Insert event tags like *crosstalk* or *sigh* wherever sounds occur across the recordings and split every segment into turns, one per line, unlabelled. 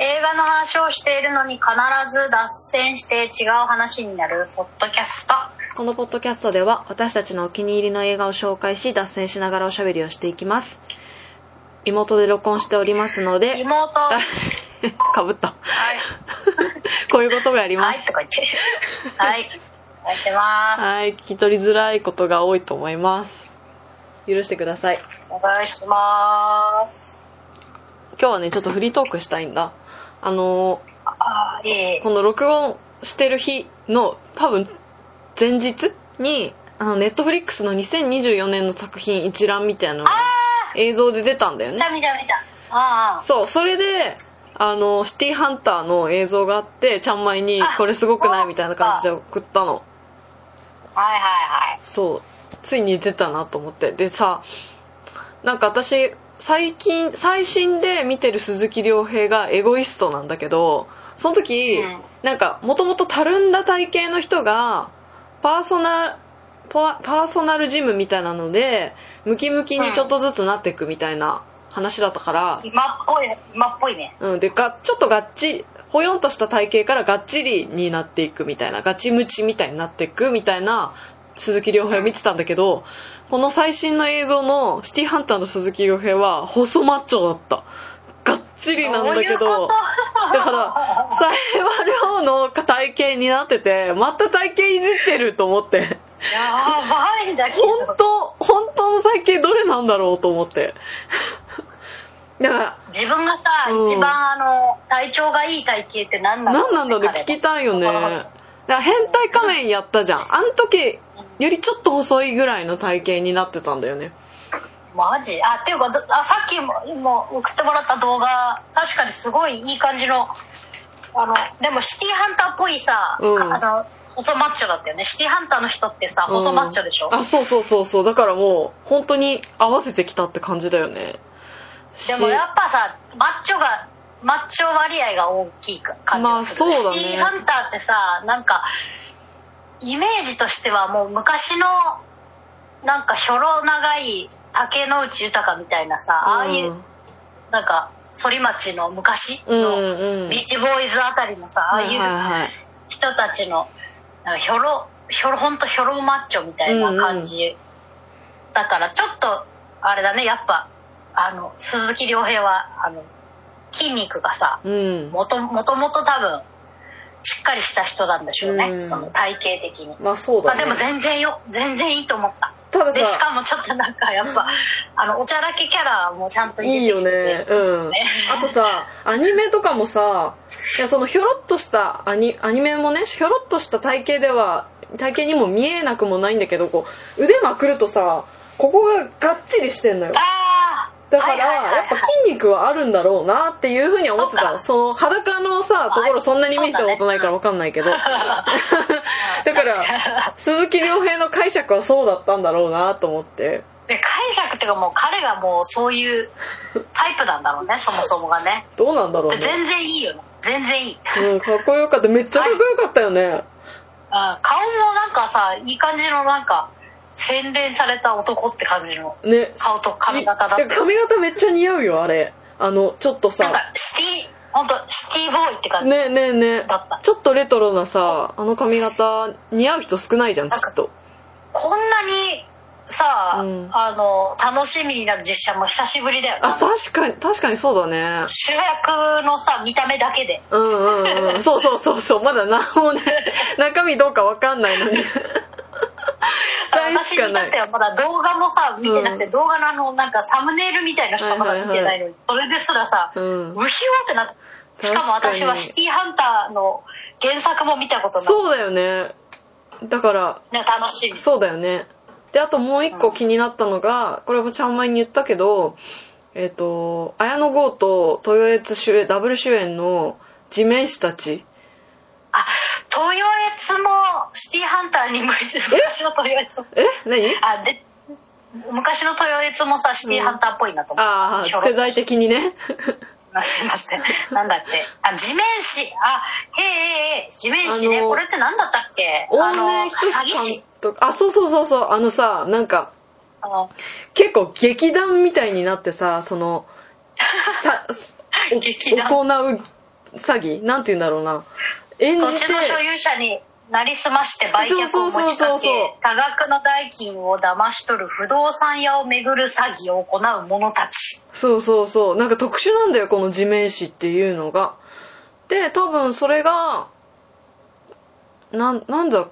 映画の話をしているのに必ず脱線して違う話になるポッドキャスト。
このポッドキャストでは私たちのお気に入りの映画を紹介し脱線しながらおしゃべりをしていきます妹で録音しておりますので *laughs*
妹。
あ
は
かぶった *laughs*
い。
こういうことがありま
は
す
い、とか言って。はい。お願いしま
はい聞き取りづらいことが多いと思います許してください
す。お願いします。
今日はねちょっとフリートークしたいんだあの
ああ、いい
ー。この録音してる日の多分前日にあのネットフリックスの2024年の作品一覧みたいなのが映像で出たんだよ
見
ね
た見た見た。ああ。
そうそれであのシティハンターの映像があってちゃんまいに「これすごくない?」みたいな感じで送ったの
はいはい
そうついに出たなと思ってでさなんか私最近最新で見てる鈴木亮平がエゴイストなんだけどその時、
うん
なんかもともとたるんだ体型の人がパーソナパパーソナルジムみたいなのでムキムキにちょっとずつなっていくみたいな話だったから
はい。、今っぽい、今っぽいね。
うん、でがちょっとがっちほよんとした体型からがっちりになっていくみたいなガチムチみたいになっていくみたいな鈴木亮平を見てたんだけどこの最新の映像の「シティハンター」の鈴木亮平は細マッチョだったがっちりなんだ
そ
け
ういうこ
ど
と
だから冴羽亮の体型になっててまた体型いじってると思って
やばいんだけど。
本当本当の体型どれなんだろうと思ってだから
自分がさ、
うん
一番あの体調がいい体型って何なんだろ
何
う
なんだろうね聞きたいよねだから変態仮面やったじゃんあの時よりちょっと細いぐらいの体型になってたんだよね
マジあっていうかどあさっきももう送ってもらった動画確かにすごいいい感じのあのでもシティハンターっぽいさ、
うん
あの細マッチョだったよねシティハンターの人ってさ
うん
細マッチョでしょ、
あそうそうそうそうだからもう本当に合わせてきたって感じだよねし
でもやっぱさマッチョがマッチョ割合が大きいか感じがする、
まあそうだね
シティハンターってさなんかイメージとしてはもう昔のなんかひょろ長い竹野内豊みたいなさ、ああいうなんか反町の昔
うんう
の、
んうん
ビーチボーイズあたりのさああい
はいうはいはい
人たちのなんかひょろひょろほんとひょろマッチョみたいな感じ、だからちょっとあれだねやっぱあの鈴木亮平はあの筋肉がさ
うん
もともともと多分しっかりした人なんでしょうね、
うん
その体型的に。
まあそう
ま
だ
あ、
ね
でも全然よ全然いいと思った
ただ
でし
さ
かもちょっとなんかやっぱあのおちゃらけキャラもちゃんと
いい
入れてき
よ
てて
ねうん
ね
あとさアニメとかもさいやそのひょろっとしたアニアニメもねひょろっとした体型では体型にも見えなくもないんだけどこう腕まくるとさここががっちりしてんのよ
あー
だか
はいはいはい
ら
はい
やっぱ筋肉はあるんだろうなっていうふうには思ってたのその裸のさところそんなに見たことないからわかんな
*laughs*
いけどだから鈴木亮平の解釈はそうだったんだろうなと思って
で解釈っていうかもう彼がもうそういうタイプなんだ
*laughs*
ろうねそもそもがね
どうなんだろうね
全然いいよね全然いい、うん、
うん、かっこよかっためっちゃかっこよかったよね、
顔もなんかさいい感じのなんか洗練された男って感じの
ね
顔と髪型だって
いや髪型めっちゃ似合うよあれあのちょっと
なん
さ
かシティ本当シティボーイって感じ、
ねねね
だった
ちょっとレトロなさあの髪型似合う人少ないじゃんき
なんか
っと
こんなにさ、
うん
あの楽しみになる実写も久しぶりだよね
あ確かに確かにそうだね
主役のさ見た目だけで
うんうん
*laughs*
うんそうそうそうそうまだ何もね中身どうかわかんないのに期待
*laughs* 私
しか
に至
な
って
い
はまだ動画もさ見てなくて、動画のあのなんかサムネイルみたいなしかまだ見てないのに、それですらさ、
う
無
ん
ひよってなってしかも
確かに
私はシティーハンターの原作も見たことない
そうだよねだから
ね楽しみ
そうだよねであともう一個気になったのが、これもちゃん前に言ったけどえっ、と綾野剛と豊悦主演ダブル主演の「地面師たち
あ東洋越もシティーハンターに向いて昔の東洋越も」
え何
あで昔の東洋越もさシティーハンターっぽいなと思って、
あ
ひょ
あ
ろ
世代的
*laughs*
にね
すいませんなんだってあ地面師あへえへえ地面師
あ
ね
の
これってなんだったっけ
大
あの
根仁
詐欺
志監
師
督あそうそうそうそうあのさなんか
あの
結構
*laughs*
劇団みたいになってさそのさ
劇団
行う詐欺なんて言うんだろうな演じ
土地
て
の所有者になりすまして売却を持ち
そうそうそ
か
うそう
け多額の代金を騙し取る不動産屋をめぐる詐欺を行う者たち
そうそうそうなんか特殊なんだよこの地面師っていうのがで多分それがなんなんだ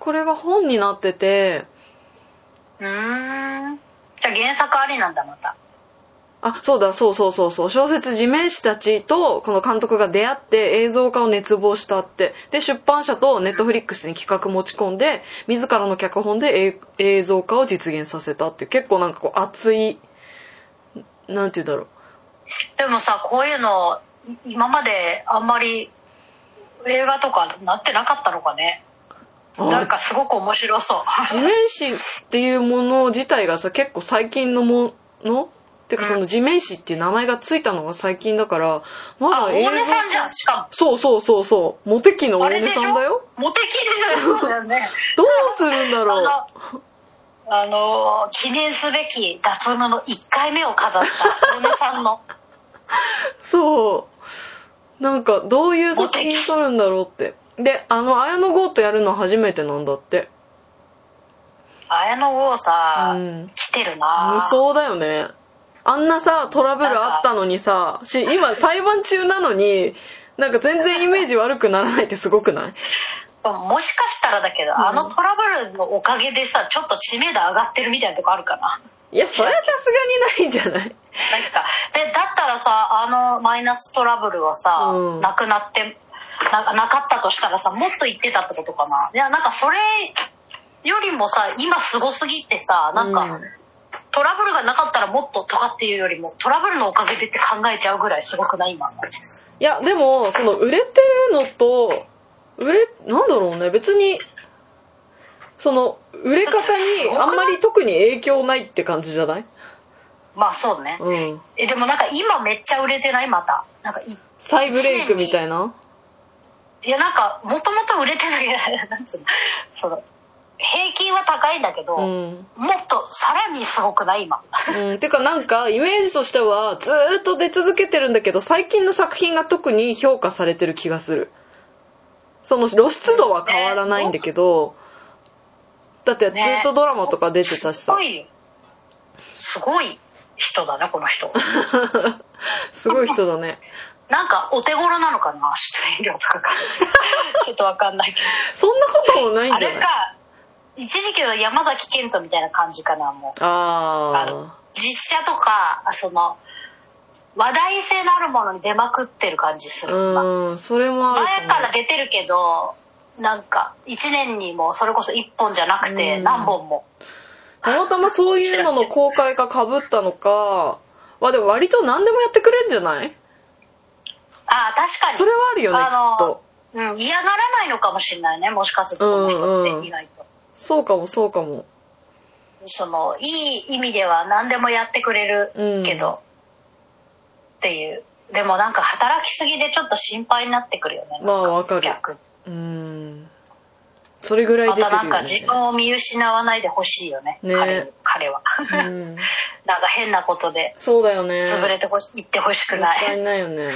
これが本になってて
うーんじゃあ原作ありなんだまた
あそうだそうそうそうそう小説「地面師たち」とこの監督が出会って映像化を熱望したってで出版社とネットフリックスに企画持ち込んで自らの脚本でえ映像化を実現させたっていう結構なんかこう熱いなんて言うんだろう
でもさこういうのい今まであんまり映画とかなってなかったのかね
あ
なんかすごく面白そう
地面師っていうもの自体がさ結構最近のものてかその地面師っていう名前がついたのが最近だから
あ
まだ
大根さんじゃんしか
そうそうそうそうモテ期の
もあ
大
れ
根
でしょ
さんだよ
モテキでしょそうだよね
どうするんだろう
あのあの記念すべき脱馬の1回目を飾った大根さ
*laughs*
んの
そうなんかどういう作
モテ
品
期
撮るんだろうってであの綾野剛とやるの初めてなんだって
綾野剛さ、
うん
来てるな
無双だよねあんなさトラブルあったのにさし今裁判中なのになんか全然イメージ悪くならないってすごくない
もしかしたらだけど、あのトラブルのおかげでさちょっと知名度上がってるみたいなとこあるかない
やそれはさすがにないんじゃない
なんかでだったらさあのマイナストラブルはさ、
うん
なくなってななかったとしたらさもっと言ってたってことかないやなんかそれよりもさ今すごすぎてさなんか、トラブルがなかったらもっととかっていうよりもトラブルのおかげでって考えちゃうぐらいすごくない今
いやでもその売れてるのと売れなんだろうね別にその売れ方にあんまり特に影響ないって感じじゃない
まあそうね、
うん
えでもなんか今めっちゃ売れてないまたなんかい
再ブレイクみたいない
やなんかもともと売れてない *laughs* なんつうのその平均は高いんだけど、
うん
もっとさらにすごくない今
うん、てかなんかイメージとしてはずーっと出続けてるんだけど最近の作品が特に評価されてる気がするその露出度は変わらないんだけどだってずーっとドラマとか出てたし
す
さ
ごいすごい人だねこの人
*laughs* すごい人だね
なんかお手頃なのかな出演料と
*laughs*
かがちょっとわかんないけど
そんなこともないん
あ
じゃ
れ
ない
か一時期の山崎賢人みたいな感じかなもうあの
あ
実写とかその話題性のあるものに出まくってる感じす
あ
る今
うんそれもある
前から
か
出てるけどなんか1年にもそれこそ1本じゃなくて
うん
何本も
たまたまそういうのの公開がかぶったのかまあでも割と何でもやってくれるんじゃない
ああ確かに
それはあるよねき
あの
っと
うん、嫌がらないのかもしれないねもしかするとこの人って意外と、
そうかもそうかも
そのいい意味では何でもやってくれるけど、
うん
っていうでもなんか働きすぎでちょっと心配になってくるよね
まあわかる
逆
うーんそれぐらい
ま
出て
た
る
なん
よ
か
ね
自分を見失わないでほしいよね
ね
彼彼は
う
*laughs* な
ん、
んか変なことで
そうだよね
潰れてほしいってほしく
もっ
な
たい
い、
ないよね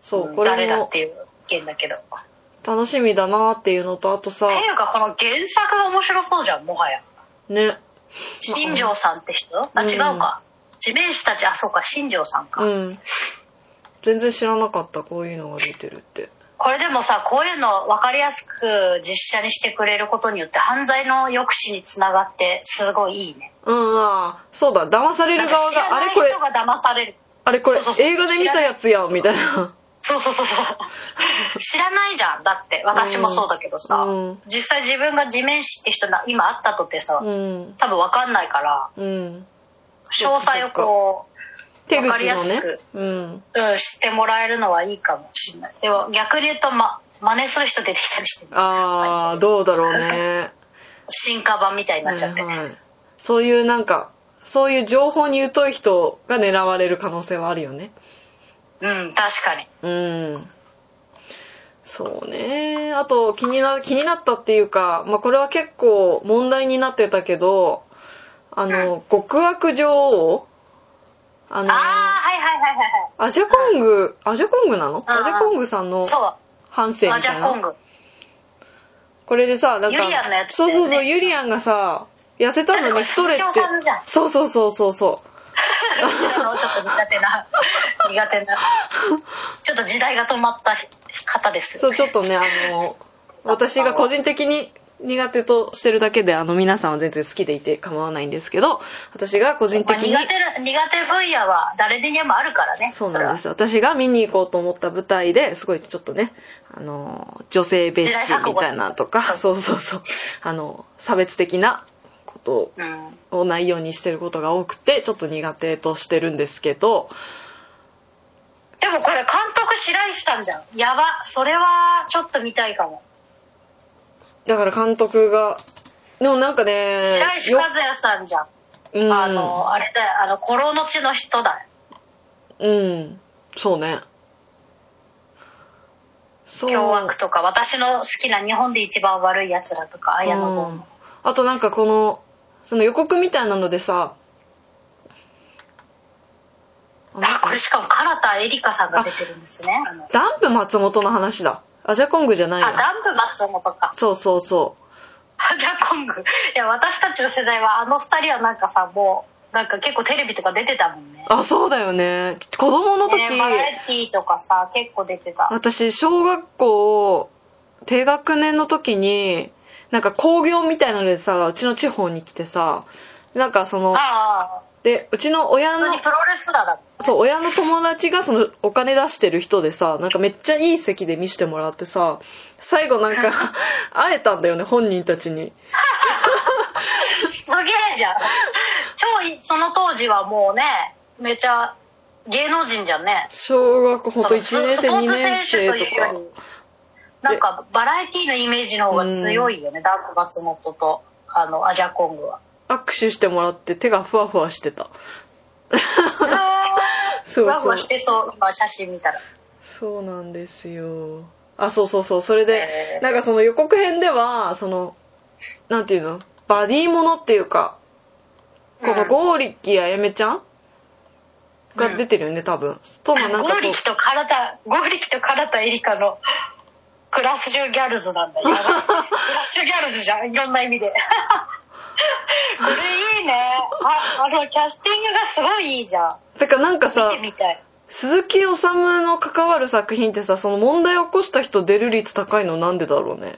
そううんこ
誰
れ
だっ
も
ていう意見だけどっ
楽しみだなっていうのとあとさ
ていうかこの原作が面白そうじゃんもはや
ね
新庄さんって人あ
うん
違うか、地面師たちあそうか新庄さんか、
うん全然知らなかったこういうのが出てるって
これでもさこういうの分かりやすく実写にしてくれることによって犯罪の抑止につながってすごいいいね
うんあーそうだ騙され
な
る
んか
側
知ら
が
な
あれ
い
これ
人が騙される
あれこれ
そうそうそう
映画で見たやつやんみたいな
そうそうそうそう *laughs* 知らないじゃんだって私もそうだけどさ、
うん
実際自分が地面師って人な今会ったとてさ、
うん
多分分かんないから
うん
詳細をこ
手
わかり
口
や
の
す
ね
く
うん
う、うん、知ってもらえるのはいいかもしれないでも逆に言うと、ま、真似する人出てきたりして
ああどうだろうね
進化版みたいになっちゃって、
はいはい、そういうなんかそういう情報に疎い人が狙われる可能性はあるよね
うん確かに
うんそうねあと気にな気になったっていうか、まあ、これは結構問題になってたけどあの、極悪女王あ
あー
の
はいはいはいはいはい
アジャコング、アジャコングなの
うんうん
アジャコングさんの
そ
反省
う
み
アジ
たい
ャコン
な。
グ
これでさ、なんか、
ユリアンのやつだ
そ
よ
う
ね
そうそう、ユリアンがさ、痩せたのに太れって
だ *laughs* ってこれ出張さんじゃん。
そうそうそうそうそう。
うちらのちょっと苦手
*laughs*
な苦手なちょっと時代が止まった方です
そう、ちょっとね、あの、私が個人的に苦手としてるだけで、あの、皆さんは全然好きでいて構わないんですけど、私が個人
まあ
的
苦手
に、
な苦手分野は誰にでもあるからね
そうなんです
そ
よ。私が見に行こうと思った舞台ですごいちょっとね、あの、女性蔑視みたいなとか、
時
そうそうそう、あの、差別的なことを
れはうん
を内容にしてることが多くてちょっと苦手としてるんですけど
でもこれ監督白石さんじゃんやばそれはちょっと見たいかも
だから監督がでもなんかね
白石
よ
和也さんじゃん、
うん
あのあれだよあの「古老の地の人」だよ
うんそうねそう
凶悪とか私の好きな日本で一番悪いやつらとか綾野剛
うん
の
あとなんかこのその予告みたいなのでさあなん
あ
か
これしかも唐田絵里香さんが出てるんですねあの
ダンプ松本の話だアジャコングじゃない
あ
や
ダンプ松本か
そうそうそう
アジャコングいや私たちの世代はあの二人はなんかさもうなんか結構テレビとか出てたもんね
あそうだよね子供の時、
ねバラエティーとかさ結構出てた
私小学校低学年の時になんか工業みたいなのでさうちの地方に来てさなんかその
ああ
でうちの親
普通
の
にプロレスラーだ
そう親の友達がそのお金出してる人でさなんかめっちゃいい席で見せてもらってさ最後なんか会えたんだよね本人たちに
すげえ
*laughs*
じゃん超いその当時はもうねめちゃ芸能人じゃんね
小学校ほんと
その
1年
スス
生
ポー
2
ツ
年生
選手
と
いう
か
よりなんかバラエティーのイメージの方が強いよね、ダンプ松本とあのアジャコングは。
握手してもらって手がふわふわしてた *laughs* そうそう
ふわふわしてそう今写真見たら
そうなんですよ。あ、そうそうそう。それで
へ、ー
なんかその予告編では、その、なんていうのバディものっていうか、このゴーリッキーあやめちゃんが出てるよね、多分。とのなん
ゴ
か
ー
こ
リキとカラタゴーリキとカラタエリカのクラッシュギャルズなんだ
*laughs*
よクラッシュギャルズじゃんいろんな意味でこれいいねああのキャスティングがすごいいいじゃ
う、だからなんか
ん
さ
見て、みたい
鈴木治の関わる作品ってさ、その問題を起こした人出る率高いのなんでだろうね。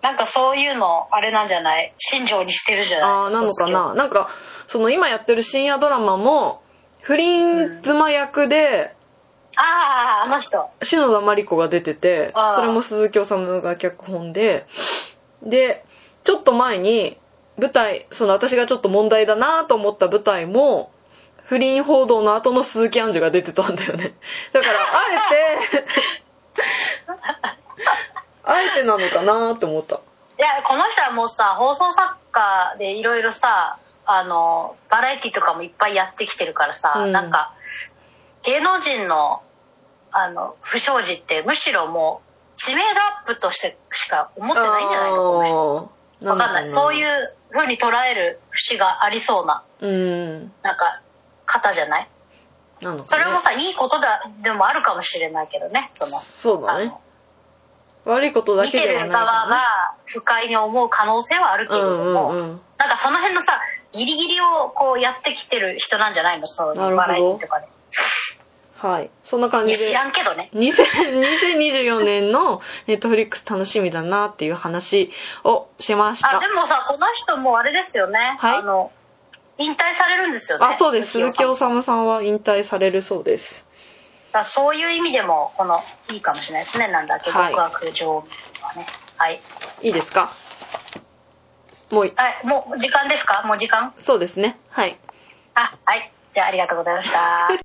なんかそういうのあれなんじゃない新庄にしてるじゃない
ああ、なのかな。なんか、その今やってる深夜ドラマも、不倫妻役で、
あああの人
篠田麻里子が出てて
ああ
それも鈴木治が脚本ででちょっと前に舞台その私がちょっと問題だなと思った舞台も不倫報道の後の鈴木杏樹が出てたんだよね *laughs* だからあえて
*laughs*
あえてなのかなと思った
いやこの人はもうさ放送作家でいろいろさあのバラエティとかもいっぱいやってきてるからさ、
うん
なんか芸能人のあの不祥事ってむしろもう知名度アップとしてしか思ってないんじゃないのわ
ああ
かんないそういう風に捉える節がありそうな
うん
なんか方じゃない
なのかね
それもさいいことだでもあるかもしれないけどねその
そうだね悪いことだ
見
け
て
ではな
る
い
側
か
が不快に思う可能性はあるけ
ら
れ
ねう
ども、
んうんうん
なんかその辺のさ、ギリギリをこうやってきてる人なんじゃないのそう、
なるほど
バラエティとかで。
はいそんな感
い
じ
や、
で
知らんけどね。
2024年のネットフリックス楽しみだなっていう話をしました。
あ、でもさ、この人もあれですよね。
はい
あの、引退されるんですよね。
あそうです。鈴木
清
治
さん
さんは引退されるそうです。
だからそういう意味でも、この、いいかもしれないですね。なんだっけ、
はい
極悪女王はね。はい。
いいですかもうい、
はい、もう時間ですかもう時間
そうですね。はい。
あ、はい。じゃあありがとうございました。